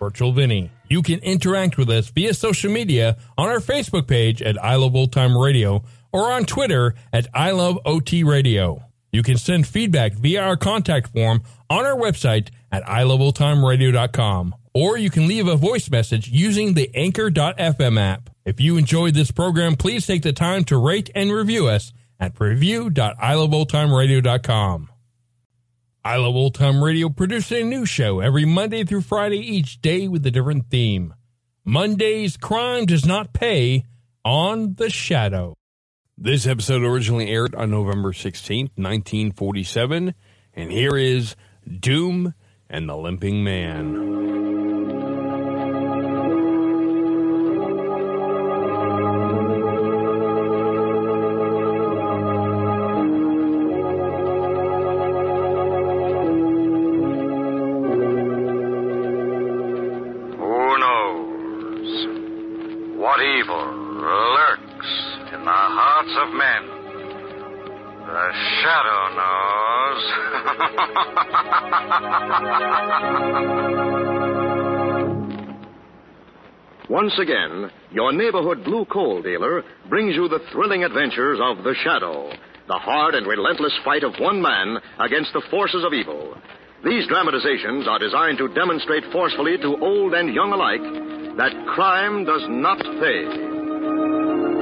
Virtual Vinny. You can interact with us via social media on our Facebook page at I Love Old Time Radio or on Twitter at I Love OT Radio. You can send feedback via our contact form on our website at iloveoldtimeradio.com or you can leave a voice message using the anchor.fm app. If you enjoyed this program, please take the time to rate and review us at review.iloveoldtimeradio.com. I Love Old Time Radio produces a new show every Monday through Friday, each day with a different theme. Monday's Crime Does Not Pay on The Shadow. This episode originally aired on November 16th, 1947, and here is Doom and the Limping Man. Who knows what evil lurks in the hearts of men? The shadow knows. Once again, your neighborhood blue coal dealer brings you the thrilling adventures of The Shadow, the hard and relentless fight of one man against the forces of evil. These dramatizations are designed to demonstrate forcefully to old and young alike that crime does not pay.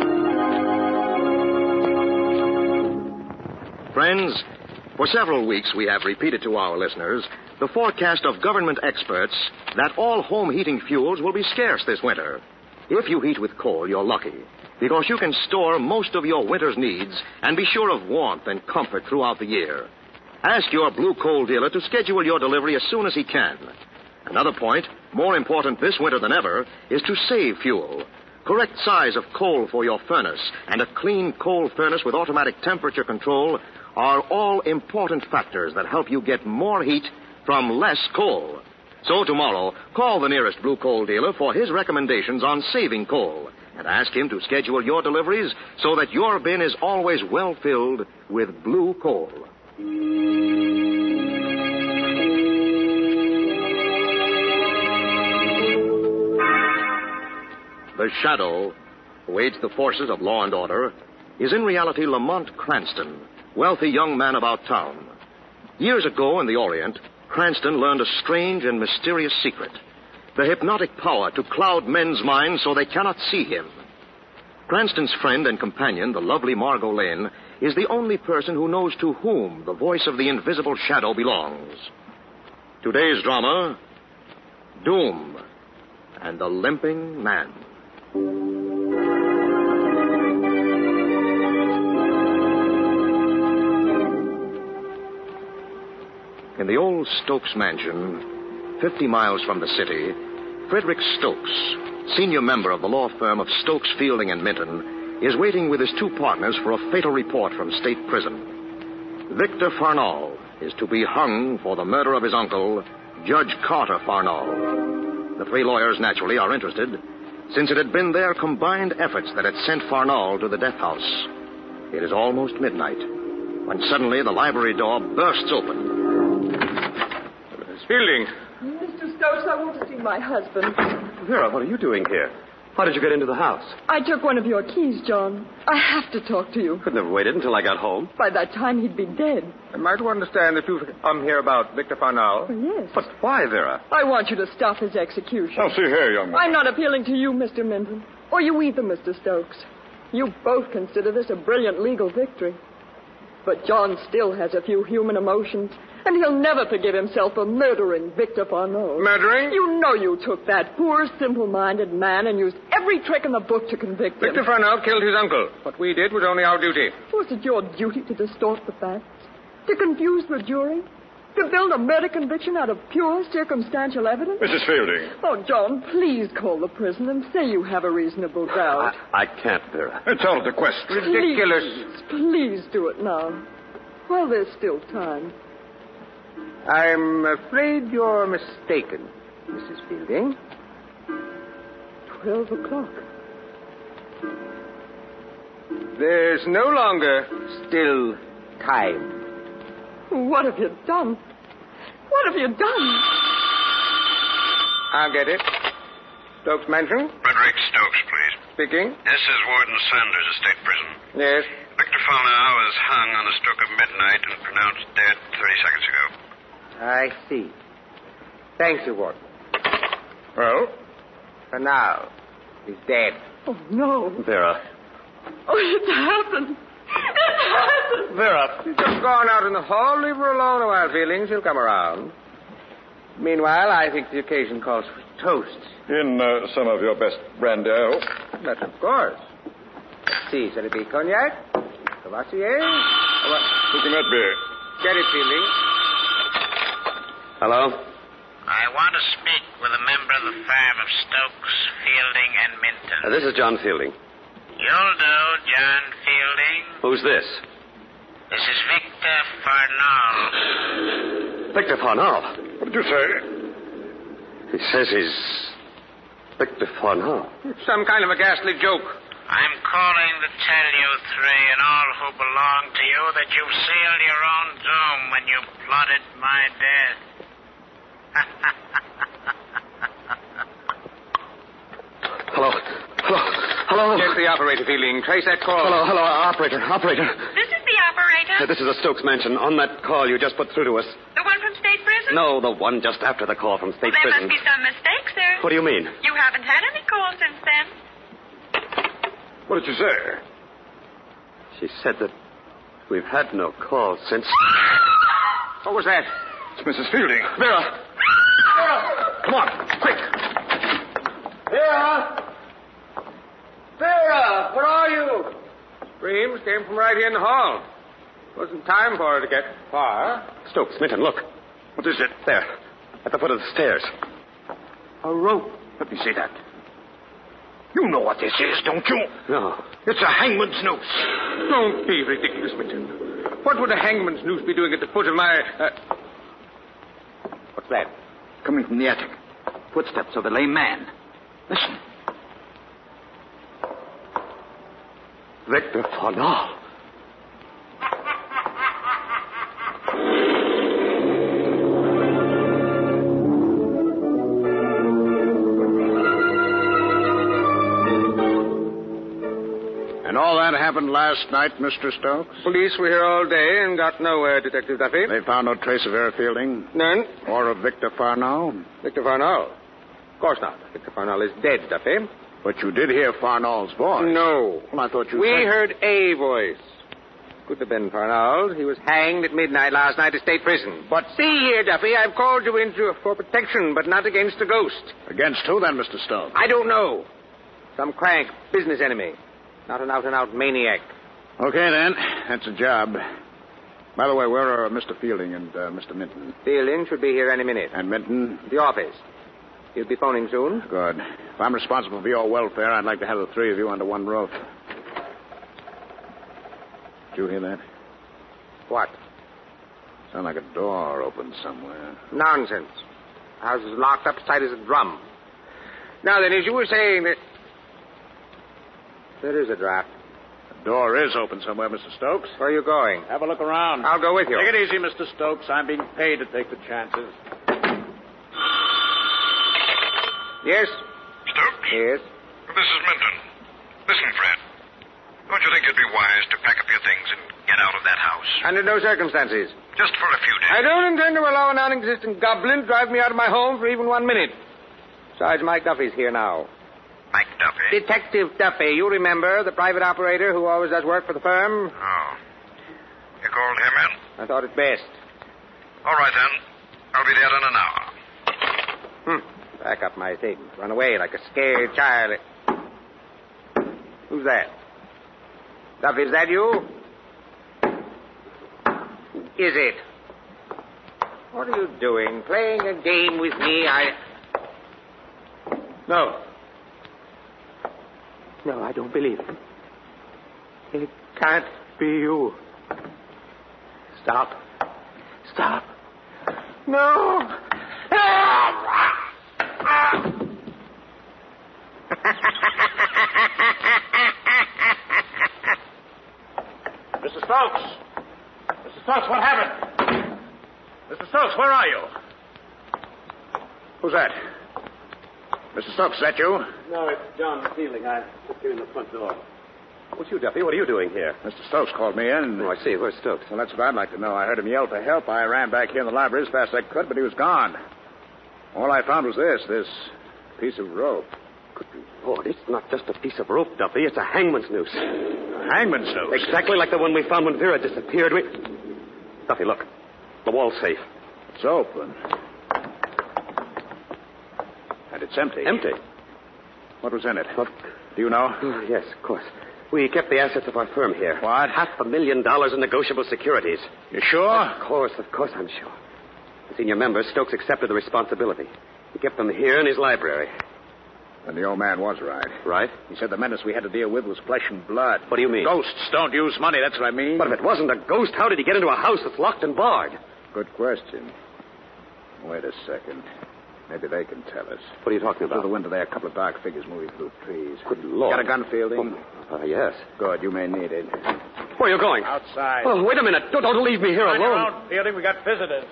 Friends, for several weeks we have repeated to our listeners the forecast of government experts that all home heating fuels will be scarce this winter. If you heat with coal, you're lucky because you can store most of your winter's needs and be sure of warmth and comfort throughout the year. Ask your blue coal dealer to schedule your delivery as soon as he can. Another point, more important this winter than ever, is to save fuel. Correct size of coal for your furnace and a clean coal furnace with automatic temperature control are all important factors that help you get more heat from less coal. So tomorrow, call the nearest blue coal dealer for his recommendations on saving coal and ask him to schedule your deliveries so that your bin is always well filled with blue coal. The shadow who aids the forces of law and order is in reality Lamont Cranston, wealthy young man about town. Years ago in the Orient, Cranston learned a strange and mysterious secret the hypnotic power to cloud men's minds so they cannot see him. Cranston's friend and companion, the lovely Margot Lane, is the only person who knows to whom the voice of the invisible shadow belongs. Today's drama Doom and the Limping Man. In the old Stokes mansion, 50 miles from the city, Frederick Stokes, senior member of the law firm of Stokes, Fielding, and Minton, is waiting with his two partners for a fatal report from state prison. Victor Farnall is to be hung for the murder of his uncle, Judge Carter Farnall. The three lawyers, naturally, are interested, since it had been their combined efforts that had sent Farnall to the death house. It is almost midnight when suddenly the library door bursts open. Fielding. Mr. Stokes, I want to see my husband. Vera, what are you doing here? How did you get into the house? I took one of your keys, John. I have to talk to you. Couldn't have waited until I got home. By that time, he'd be dead. Am I to understand that you've come here about Victor Farnall? Yes. But why, Vera? I want you to stop his execution. Oh. Now, see here, young I'm not appealing to you, Mr. Minton, or you either, Mr. Stokes. You both consider this a brilliant legal victory. But John still has a few human emotions, and he'll never forgive himself for murdering Victor Farnall. Murdering? You know you took that poor, simple-minded man and used every trick in the book to convict him. Victor Farnall killed his uncle. What we did was only our duty. Was it your duty to distort the facts? To confuse the jury? To build a murder conviction out of pure circumstantial evidence? Mrs. Fielding. Oh, John, please call the prison and say you have a reasonable doubt. I can't, Vera. It's out of the Ah, question. Ridiculous. Please, please do it now. While there's still time. I'm afraid you're mistaken, Mrs. Fielding. Twelve o'clock. There's no longer still time. What have you done? What have you done? I'll get it. Stokes Mansion Frederick Stokes, please. speaking. This is Warden Sanders, State Prison. Yes. Victor Faunau was hung on the stroke of midnight and pronounced dead 30 seconds ago. I see. Thank you, Warden. Well? For now, he's dead. Oh, no. Vera. Oh, it's happened. It's happened. Vera. She's just gone out in the hall. Leave her alone a while, Fielding. She'll come around. Meanwhile, I think the occasion calls for toasts. In uh, some of your best brandy, I hope. But of course. Let's see, shall it be cognac? Cavassier? Oh, well, Who can that be? Get it, Fielding. Hello? I want to speak with a member of the firm of Stokes, Fielding, and Minton. Uh, this is John Fielding. You'll do, John Fielding. Who's this? This is Victor Farnall. Victor Farnall. What did you say? He says he's Victor Farnall. Some kind of a ghastly joke. I'm calling to tell you three and all who belong to you that you sealed your own doom when you plotted my death. Hello. Hello. Hello. Get the operator, Fielding. Trace that call. Oh. Hello, hello, operator, operator. This is the operator. Uh, This is the Stokes Mansion. On that call you just put through to us. The one from State Prison? No, the one just after the call from State There Prison. must be some mistake, sir. What do you mean? You haven't had any calls since then. What did you say? She said that we've had no call since. What was that? It's Mrs. Fielding. Vera! Come on, quick. Vera! Vera! Where are you? Screams came from right here in the hall. Wasn't time for her to get far. Stokes, Minton, look. What is it? There, at the foot of the stairs. A rope. Let me see that. You know what this is, don't you? No. It's a hangman's noose. Don't be ridiculous, Minton. What would a hangman's noose be doing at the foot of my... Uh, What's that? Coming from the attic. Footsteps of a lame man. Listen. Victor Farnall. And all that happened last night, Mr. Stokes? police were here all day and got nowhere, Detective Duffy. They found no trace of Vera Fielding None. or of Victor Farnall. Victor Farnall. Of course not. Victor Farnall is dead, Duffy. But you did hear Farnall's voice. No. Well, I thought you We said- heard a voice. Could have been Farnall. He was hanged at midnight last night at state prison. But see here, Duffy, I've called you in to- for protection, but not against a ghost. Against who then, Mr. Stokes? I don't know. Some crank, business enemy. Not an out and out maniac. Okay, then. That's a job. By the way, where are Mr. Fielding and uh, Mr. Minton? Fielding should be here any minute. And Minton? The office. He'll be phoning soon. Good. If I'm responsible for your welfare, I'd like to have the three of you under one roof. Did you hear that? What? Sound like a door opened somewhere. Nonsense. House is locked up as tight as a drum. Now then, as you were saying, that there is a draft. The door is open somewhere, Mr. Stokes. Where are you going? Have a look around. I'll go with you. Take it easy, Mr. Stokes. I'm being paid to take the chances. Yes. Stokes? Yes. This is Minton. Listen, Fred. Don't you think it'd be wise to pack up your things and get out of that house? Under no circumstances. Just for a few days. I don't intend to allow a non-existent goblin to drive me out of my home for even one minute. Sarge Mike Duffy's here now. Mike Duffy. Detective Duffy, you remember, the private operator who always does work for the firm? Oh. You called him in? I thought it best. All right, then. I'll be there in an hour. Hmm. Pack up my things. Run away like a scared child. Who's that? Duffy, is that you? Who Is it? What are you doing? Playing a game with me? I. No. No, I don't believe it. It can't be you. Stop. Stop. No. Mr. Stokes! Mr. Stokes, what happened? Mr. Stokes, where are you? Who's that? Mr. Stokes, is that you? No, it's John Steeling. I just came in the front door. What's you, Duffy? What are you doing here? Mr. Stokes called me in. Oh, I see. Where's Stokes? Well, that's what I'd like to know. I heard him yell for help. I ran back here in the library as fast as I could, but he was gone. All I found was this this piece of rope. Lord, Oh, it's not just a piece of rope, Duffy. It's a hangman's noose. Hangman's noose? Exactly like the one we found when Vera disappeared. We... Duffy, look. The wall's safe. It's open. And it's empty. Empty? Oh. Ah, What was in it? Do you know? yes, of course. We kept the assets of our firm here. What? Half a million dollars in negotiable securities. You sure? Of course, of course, I'm sure. The senior member, Stokes, accepted the responsibility. He kept them here in his library. And the old man was right. Right? He said the menace we had to deal with was flesh and blood. What do you mean? Ghosts don't use money, that's what I mean. But if it wasn't a ghost, how did he get into a house that's locked and barred? Good question. Wait a second. Maybe they can tell us. What are you talking about? Through the window there, a couple of dark figures moving through trees. Good Lord. Got a gun, Fielding? Oh, uh, yes. Good, you may need it. Where are you going? Outside. Oh, wait a minute. Don't, don't leave me here Mind your alone. own, Fielding. We got visitors.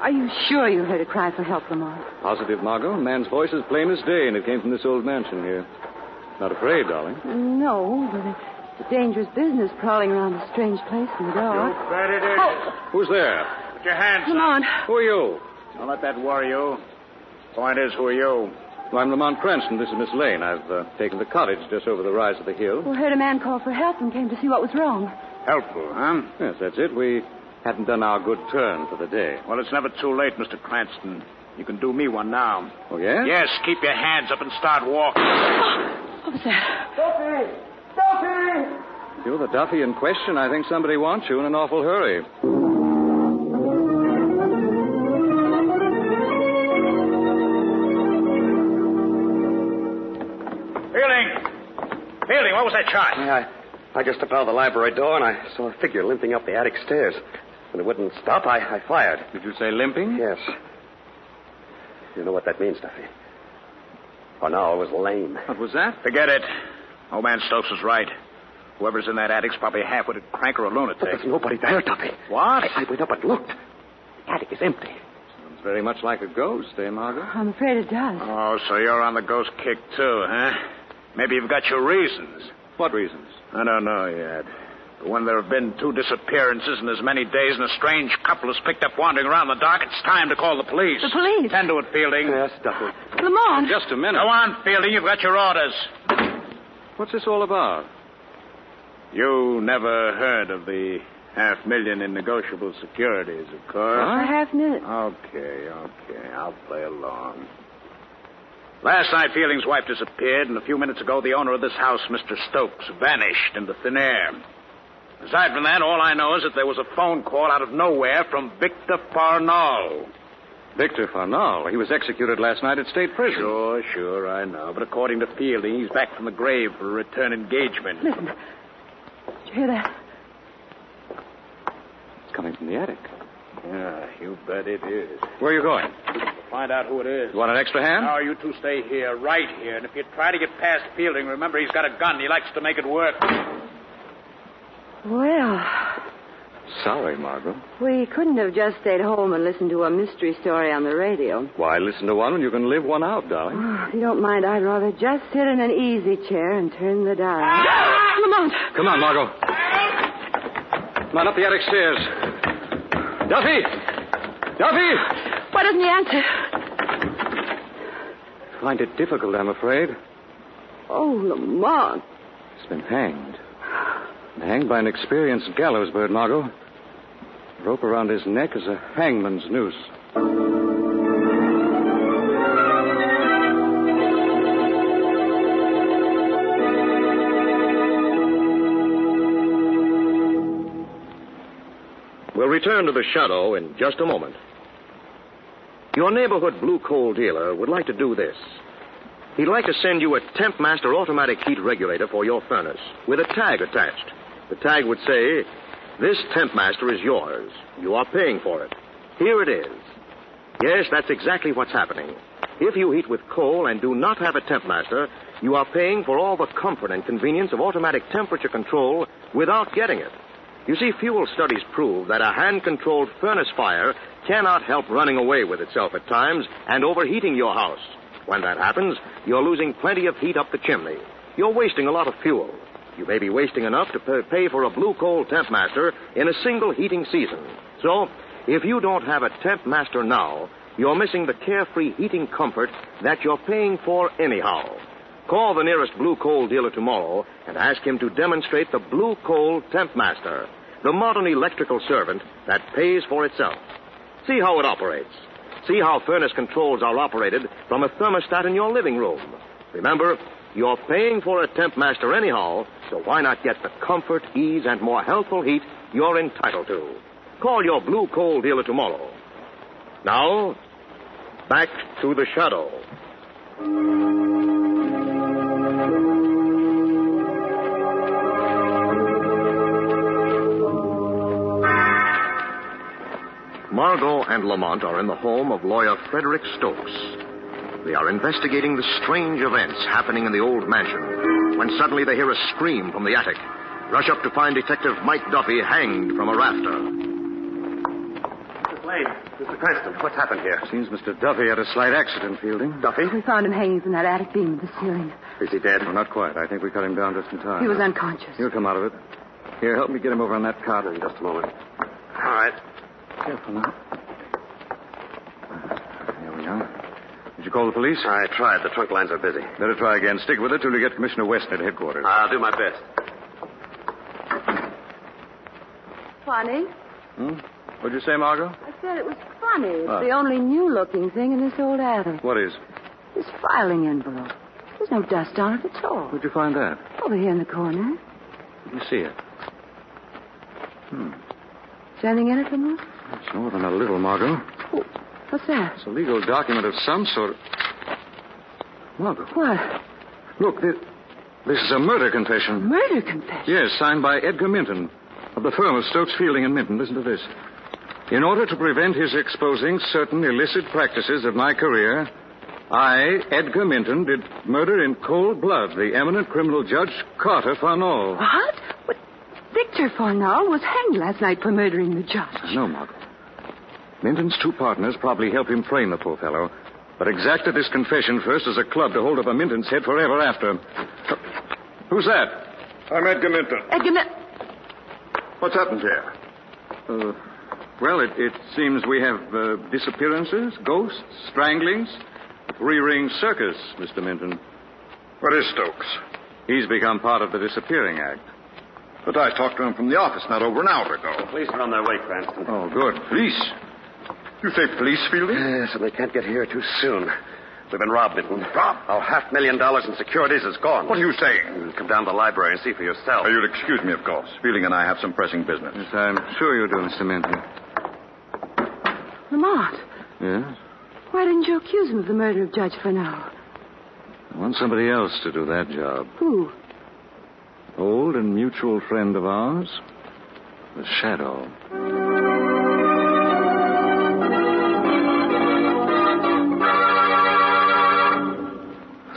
Are you sure you heard a cry for help, Lamar? Positive, Margot. Man's voice is plain as day, and it came from this old mansion here. Not afraid, darling. No, but it's a dangerous business prowling around a strange place in the dark. Predators. Who's there? Put your hands Oh. Come on. Who are you? Don't let that worry you. Point is, who are you? Well, I'm Lamont Cranston. This is Miss Lane. I've uh, taken the cottage just over the rise of the hill. We heard a man call for help and came to see what was wrong. Helpful, huh? Yes, that's it. We hadn't done our good turn for the day. Well, it's never too late, Mr. Cranston. You can do me one now. Oh, yeah? Yes, keep your hands up and start walking. What was that? Duffy! Duffy! You're the Duffy in question. I think somebody wants you in an awful hurry. Fielding! Fielding, what was that shot? I, I just stepped out of the library door and I saw a figure limping up the attic stairs. When it wouldn't stop, I, I fired. Did you say limping? Yes. You know what that means, Duffy. For now, I was lame. What was that? Forget it. Old man Stokes was right. Whoever's in that attic's probably a half-witted crank or a But lunatic. there's nobody there, Duffy. What? I, I went up and looked. The attic is empty. Sounds very much like a ghost, eh, Margot? I'm afraid it does. Oh, so you're on the ghost kick too, huh? Maybe you've got your reasons. What reasons? I don't know yet. But when there have been two disappearances in as many days and a strange couple is picked up wandering around the dock, it's time to call the police. The police? Tend to it, Fielding. Yes, Duffy. Lamont! Just a minute. Go on, Fielding. You've got your orders. What's this all about? You never heard of the half million in negotiable securities, of course. I haven't. Okay, okay. I'll play along. Last night, Fielding's wife disappeared, and a few minutes ago, the owner of this house, Mr. Stokes, vanished into thin air. Aside from that, all I know is that there was a phone call out of nowhere from Victor Farnall. Victor Farnall. He was executed last night at state prison. Sure, sure, I know. But according to Fielding, he's back from the grave for a return engagement. Listen. Did you hear that? It's coming from the attic. Yeah, you bet it is. Where are you going? Find out who it is. You want an extra hand? Now, you two stay here, right here. And if you try to get past Fielding, remember he's got a gun. He likes to make it work. Well, Sorry, Margot. we couldn't have just stayed home and listened to a mystery story on the radio. Why listen to one when you can live one out, darling? Oh, if you don't mind, I'd rather just sit in an easy chair and turn the dial. Lamont! Come on, Margot. Come on up the attic stairs. Duffy! Duffy! Why doesn't he answer? Find it difficult, I'm afraid. Oh, Lamont. He's been hanged. Been hanged by an experienced gallows bird, Margot. The rope around his neck is a hangman's noose. We'll return to the shadow in just a moment. Your neighborhood blue coal dealer would like to do this. He'd like to send you a Tempmaster automatic heat regulator for your furnace with a tag attached. The tag would say, This Tempmaster is yours. You are paying for it. Here it is. Yes, that's exactly what's happening. If you heat with coal and do not have a Tempmaster, you are paying for all the comfort and convenience of automatic temperature control without getting it. You see, fuel studies prove that a hand controlled furnace fire cannot help running away with itself at times and overheating your house. When that happens, you're losing plenty of heat up the chimney. You're wasting a lot of fuel. You may be wasting enough to pa- pay for a blue coal temp master in a single heating season. So, if you don't have a temp master now, you're missing the carefree heating comfort that you're paying for anyhow. Call the nearest blue coal dealer tomorrow and ask him to demonstrate the blue coal temp master, the modern electrical servant that pays for itself. See how it operates. See how furnace controls are operated from a thermostat in your living room. Remember, you're paying for a temp master anyhow, so why not get the comfort, ease, and more healthful heat you're entitled to? Call your blue coal dealer tomorrow. Now, back to the shadow. Margot and Lamont are in the home of lawyer Frederick Stokes. They are investigating the strange events happening in the old mansion when suddenly they hear a scream from the attic. Rush up to find Detective Mike Duffy hanged from a rafter. Mrs. Lane, Mr. Cranston, what's happened here? Seems Mr. Duffy had a slight accident, Fielding. Duffy? We found him hanging from that attic beam of the ceiling. Is he dead? Well, not quite. I think we cut him down just in time. He was unconscious. He'll come out of it. Here, help me get him over on that cot in just a moment. All right. Careful now. There we are. Did you call the police? I tried. The trunk lines are busy. Better try again. Stick with it till you get Commissioner Weston at headquarters. I'll do my best. Funny? Hmm? What'd you say, Margot? I said it was funny. It's Ah. the only new looking thing in this old attic. What is? This filing envelope. There's no dust on it at all. Where'd you find that? Over here in the corner. Let me see it. Hmm. Is there anything in it, Lamont? It's more than a little, Margot. What's that? It's a legal document of some sort. Margot. What? Look, this, this is a murder confession. Murder confession? Yes, signed by Edgar Minton of the firm of Stokes Fielding and Minton. Listen to this. In order to prevent his exposing certain illicit practices of my career, I, Edgar Minton, did murder in cold blood the eminent criminal judge Carter Farnall. What? But Victor Farnall was hanged last night for murdering the judge. I know, Margot. Minton's two partners probably helped him frame the poor fellow, but exacted this confession first as a club to hold over Minton's head forever after. Who's that? I'm Edgar Minton. Edgar Min- What's happened here? Uh, well, it, it seems we have uh, disappearances, ghosts, stranglings, three-ring circus, Mr. Minton. What is Stokes? He's become part of the disappearing act. But I talked to him from the office not over an hour ago. Police are on their way, Cranston. Oh, good. Police? You say police, Fielding? Yes, and they can't get here too soon. They've been robbed, Minton. Robbed? Our half million dollars in securities is gone. Mm, What are you saying? Come down to the library and see for yourself. Oh, you'll excuse me, of course. Fielding and I have some pressing business. Yes, I'm sure you do, Mr. Minton. Lamont, Yes? why didn't you accuse him of the murder of Judge Farnall? I want somebody else to do that job. Who? Old and mutual friend of ours, the Shadow.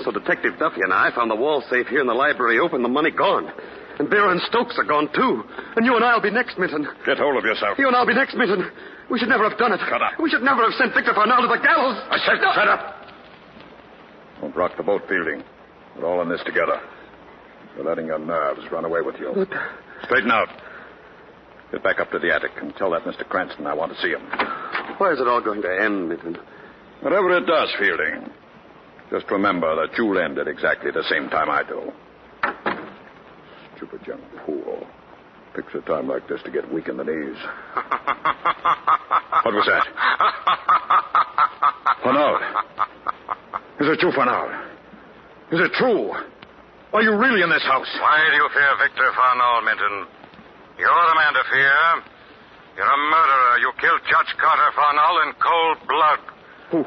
So Detective Duffy and I found the wall safe here in the library open, the money gone. And Vera and Stokes are gone, too. And you and I'll be next, Minton. Get hold of yourself. You and I'll be next, Minton. We should never have done it. Shut up. We should never have sent Victor Farnell to the gallows. I said, shut up! Don't rock the boat, Fielding. We're all in this together. You're letting your nerves run away with you. Straighten out. Get back up to the attic and tell that Mr. Cranston I want to see him. Where is it all going to end, Minton? Whatever it does, Fielding, just remember that you'll end at exactly the same time I do. Stupid young fool. Picks a time like this to get weak in the knees. what was that? Farnell. Is it you, Farnell? Is it true? Are you really in this house? Why do you fear Victor Farnall, Minton? You're the man to fear. You're a murderer. You killed Judge Carter Farnell in cold blood. Who?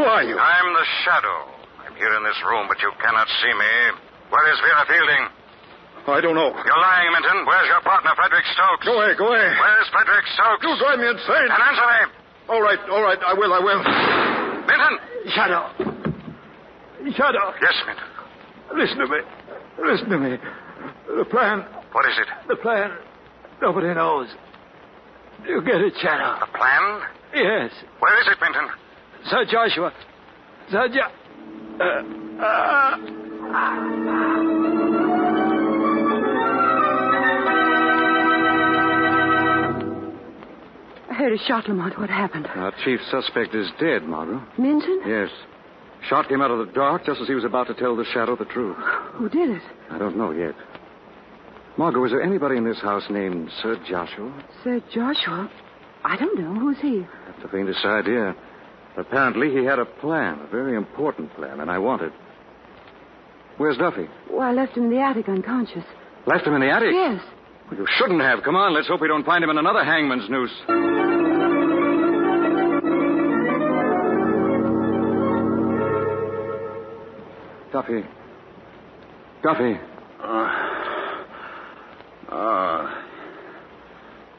Who are you? I'm the Shadow. I'm here in this room, but you cannot see me. Where is Vera Fielding? Oh, I don't know. You're lying, Minton. Where's your partner, Frederick Stokes? Go away, go away. Where's Frederick Stokes? You drive me insane. And answer me. All right, all right. I will, I will. Minton! Shadow. Shadow. Yes, Minton. Listen to me. Listen to me. The plan. What is it? The plan. Nobody knows. You get it, Shadow. The plan? Yes. Where is it, Minton? Sir Joshua. Sir jo- uh, uh. I heard a shot, Lamont. What happened? Our chief suspect is dead, Margot. Minton? Yes. Shot came out of the dark just as he was about to tell the shadow the truth. Who did it? I don't know yet. Margot, is there anybody in this house named Sir Joshua? Sir Joshua? I don't know. Who's he? That's the faintest idea. Apparently, he had a plan, a very important plan, and I want it. Where's Duffy? Well, I left him in the attic unconscious. Left him in the attic? Yes. Well, you shouldn't have. Come on, let's hope we don't find him in another hangman's noose. Duffy. Duffy. Uh, Ah.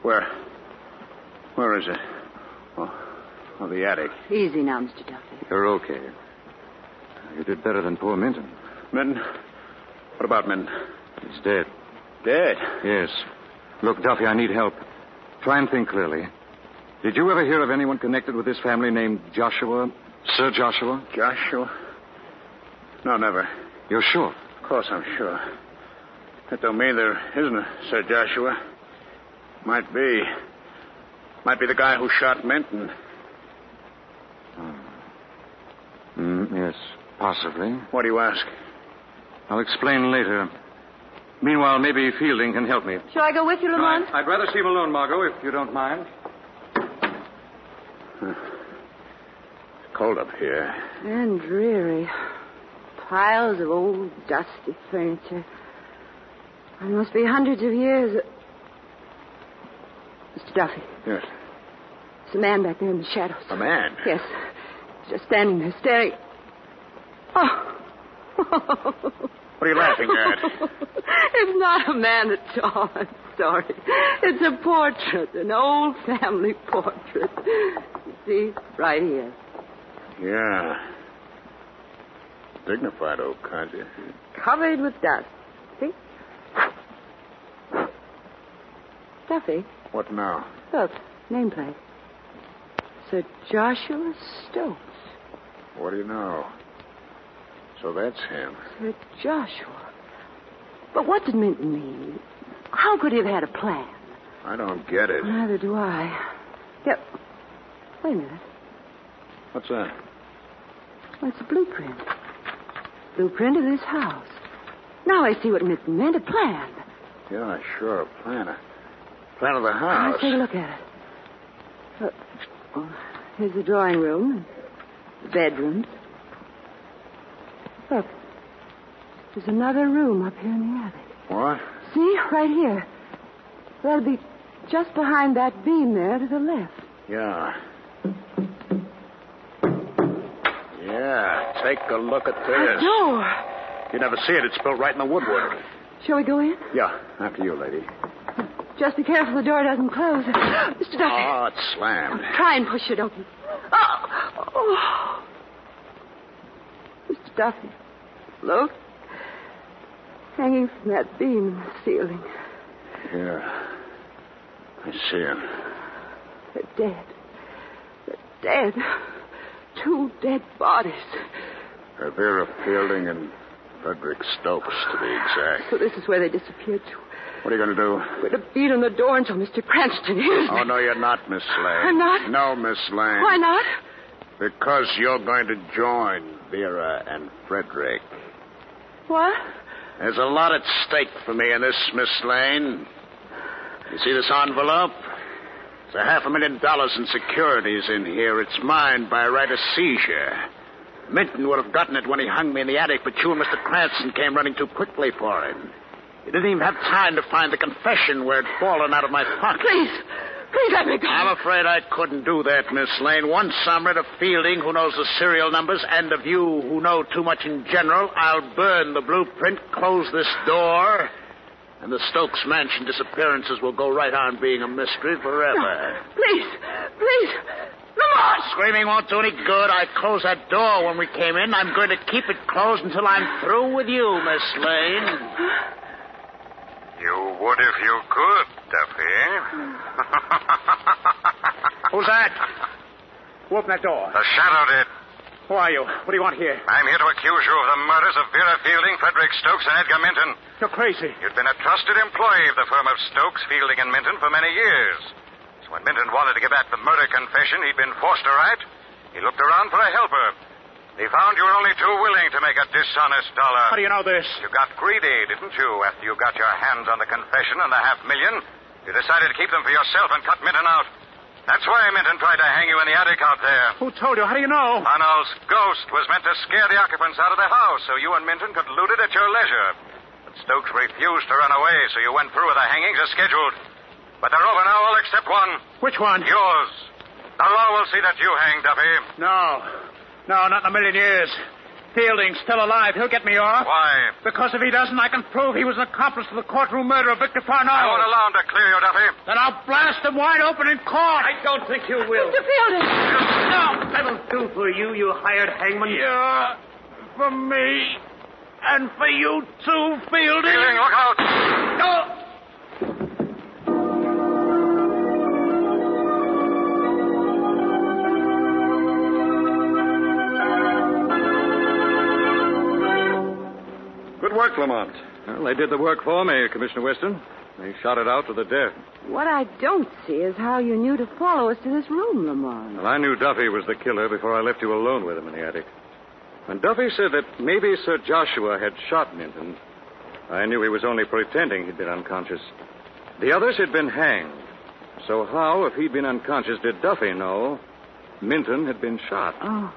Where? Where is it? Oh, oh, the attic. Easy now, Mr. Duffy. You're okay. You did better than poor Minton. Minton? What about Minton? He's dead. Dead? Yes. Look, Duffy, I need help. Try and think clearly. Did you ever hear of anyone connected with this family named Joshua? Sir Joshua? Joshua? No, never. You're sure? Of course I'm sure. That don't mean there isn't a Sir Joshua. Might be. Might be the guy who shot Minton. Mm, yes, possibly. What do you ask? I'll explain later. Meanwhile, maybe Fielding can help me. Shall I go with you, Lamont? I'd rather see him alone, Margot, if you don't mind. It's cold up here. And dreary. Piles of old, dusty furniture. It must be hundreds of years. Mr. Duffy, Yes. there's a man back there in the shadows. A man? Yes. Just standing there, staring. Oh. what are you laughing at? it's not a man at all. I'm sorry. It's a portrait, an old family portrait. See, right here. Yeah. Dignified old codger. Covered with dust. See? Duffy, What now? look. Nameplate. Sir Joshua Stokes. What do you know? So that's him. Sir Joshua. But what did Minton mean? How could he have had a plan? I don't get it. Neither do I. Yep. Wait a minute. What's that? Well, it's a blueprint. Blueprint of this house. Now I see what Minton meant. A plan. Yeah, sure. A plan. A plan of the Now house. Let's take a look at it. Look. Well, here's the drawing room. The bedrooms. Look. There's another room up here in the attic. What? See? Right here. That'll be just behind that beam there to the left. Yeah. Yeah. Take a look at A this. door. You never see it. It's built right in the woodwork. Shall we go in? Yeah. After you, lady. Just be careful the door doesn't close. Mr. Duffy, Ah. Oh, it's slammed. try and push it open. Oh, oh. Mr. Duffy, look. Hanging from that beam in the ceiling. Yeah. I see him. They're dead. They're dead. Two dead bodies. Uh, Vera Fielding and Frederick Stokes, to be exact. So this is where they disappeared to. What are you going to do? We're to beat on the door until Mr. Cranston hears me. Oh, no, you're not, Miss Lane. I'm not? No, Miss Lane. Why not? Because you're going to join Vera and Frederick. What? There's a lot at stake for me in this, Miss Lane. You see this envelope? There's a half a million dollars in securities in here. It's mine by right of seizure. Minton would have gotten it when he hung me in the attic, but you and Mr. Cranston came running too quickly for him. You didn't even have time to find the confession where it'd fallen out of my pocket. Please, Please let me go. I'm afraid I couldn't do that, Miss Lane. Once I'm rid of Fielding, who knows the serial numbers, and of you, who know too much in general, I'll burn the blueprint, close this door, and the Stokes Mansion disappearances will go right on being a mystery forever. Please, please. Lamont! Screaming won't do any good. I closed that door when we came in. I'm going to keep it closed until I'm through with you, Miss Lane. You would if you could, Duffy. Who's that? Who opened that door? The shadow did. Who are you? What do you want here? I'm here to accuse you of the murders of Vera Fielding, Frederick Stokes, and Edgar Minton. You're crazy. You'd been a trusted employee of the firm of Stokes, Fielding, and Minton for many years. So when Minton wanted to give back the murder confession, he'd been forced to write. He looked around for a helper. He found you were only too willing to make a dishonest dollar. How do you know this? You got greedy, didn't you? After you got your hands on the confession and the half million, you decided to keep them for yourself and cut Minton out. That's why Minton tried to hang you in the attic out there. Who told you? How do you know? Arnold's ghost was meant to scare the occupants out of the house so you and Minton could loot it at your leisure. But Stokes refused to run away, so you went through with the hangings as scheduled. But they're over now, all except one. Which one? Yours. The law will see that you hang, Duffy. No. No, not in a million years. Fielding's still alive. He'll get me off. Why? Because if he doesn't, I can prove he was an accomplice to the courtroom murder of Victor Farnell. I won't allow him to clear you, Duffy. Then I'll blast him wide open in court. I don't think you will. Mr. Fielding! No, that'll do for you, you hired hangman. Yeah, for me. And for you too, Fielding. Fielding, look out. No. Good work, Lamont. Well, they did the work for me, Commissioner Weston. They shot it out to the death. What I don't see is how you knew to follow us to this room, Lamont. Well, I knew Duffy was the killer before I left you alone with him in the attic. When Duffy said that maybe Sir Joshua had shot Minton, I knew he was only pretending he'd been unconscious. The others had been hanged. So how, if he'd been unconscious, did Duffy know Minton had been shot? Oh,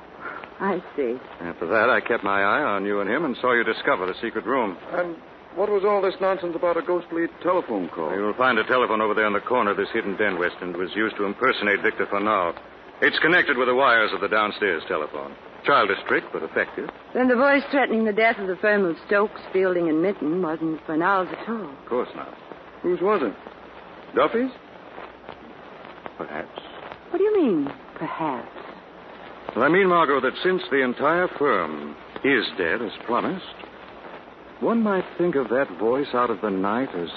I see. After that, I kept my eye on you and him and saw you discover the secret room. And what was all this nonsense about a ghostly telephone call? You'll find a telephone over there in the corner of this hidden den, Weston. It was used to impersonate Victor Farnall. It's connected with the wires of the downstairs telephone. Childish trick, but effective. Then the voice threatening the death of the firm of Stokes, Fielding, and Minton wasn't Fernald's at all. Of course not. Whose was it? Duffy's? Perhaps. What do you mean, perhaps? Well, I mean, Margot, that since the entire firm is dead, as promised, one might think of that voice out of the night as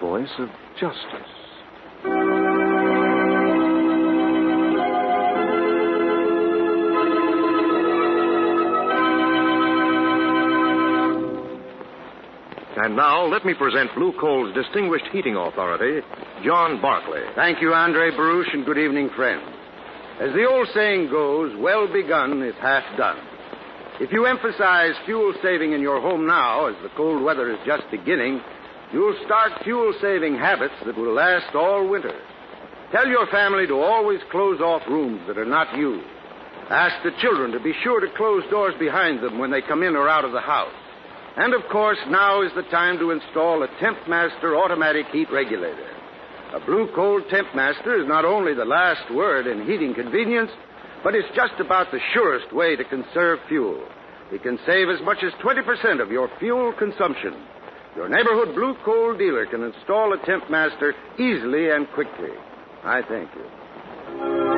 voice of justice. And now let me present Blue Coal's distinguished heating authority, John Barclay. Thank you, Andre Baruch, and good evening, friends. As the old saying goes, well begun is half done. If you emphasize fuel saving in your home now, as the cold weather is just beginning, you'll start fuel saving habits that will last all winter. Tell your family to always close off rooms that are not used. Ask the children to be sure to close doors behind them when they come in or out of the house. And of course, now is the time to install a Tempmaster automatic heat regulator. A Blue Cold Tempmaster is not only the last word in heating convenience, but it's just about the surest way to conserve fuel. We can save as much as 20% of your fuel consumption. Your neighborhood Blue Coal dealer can install a Tempmaster easily and quickly. I thank you.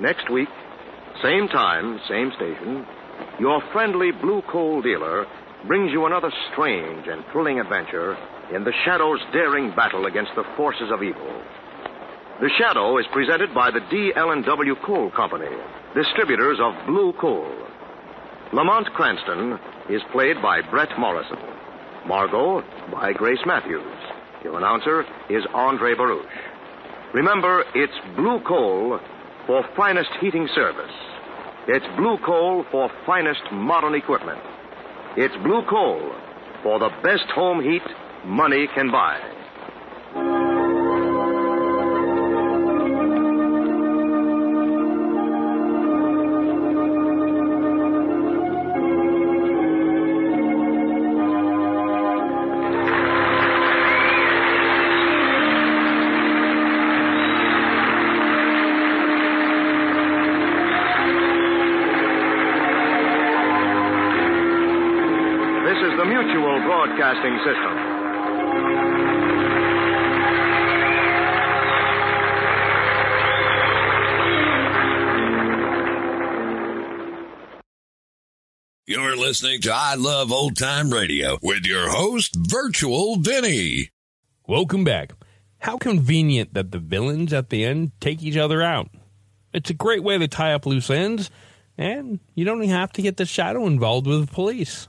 Next week, same time, same station, your friendly blue coal dealer brings you another strange and thrilling adventure in the Shadow's daring battle against the forces of evil. The Shadow is presented by the D. Allen W. Coal Company, distributors of blue coal. Lamont Cranston is played by Brett Morrison. Margot by Grace Matthews. Your announcer is Andre Baruch. Remember, it's blue coal for finest heating service. It's blue coal for finest modern equipment. It's blue coal for the best home heat money can buy. This is the Mutual Broadcasting System. You're listening to I Love Old Time Radio with your host, Virtual Vinny. Welcome back. How convenient that the villains at the end take each other out. It's a great way to tie up loose ends, and you don't even have to get the shadow involved with the police.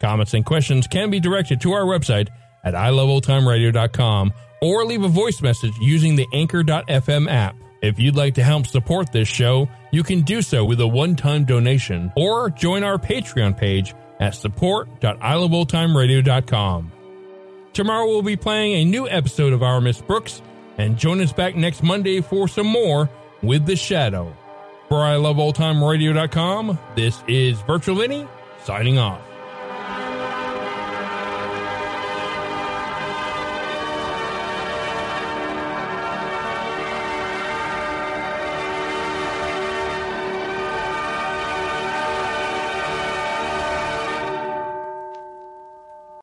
Comments and questions can be directed to our website at iloveoldtimeradio.com or leave a voice message using the anchor.fm app. If you'd like to help support this show, you can do so with a one-time donation or join our Patreon page at support.iloveoldtimeradio.com. Tomorrow we'll be playing a new episode of Our Miss Brooks, and join us back next Monday for some more with The Shadow. For iloveoldtimeradio.com, this is Virtual Vinny signing off.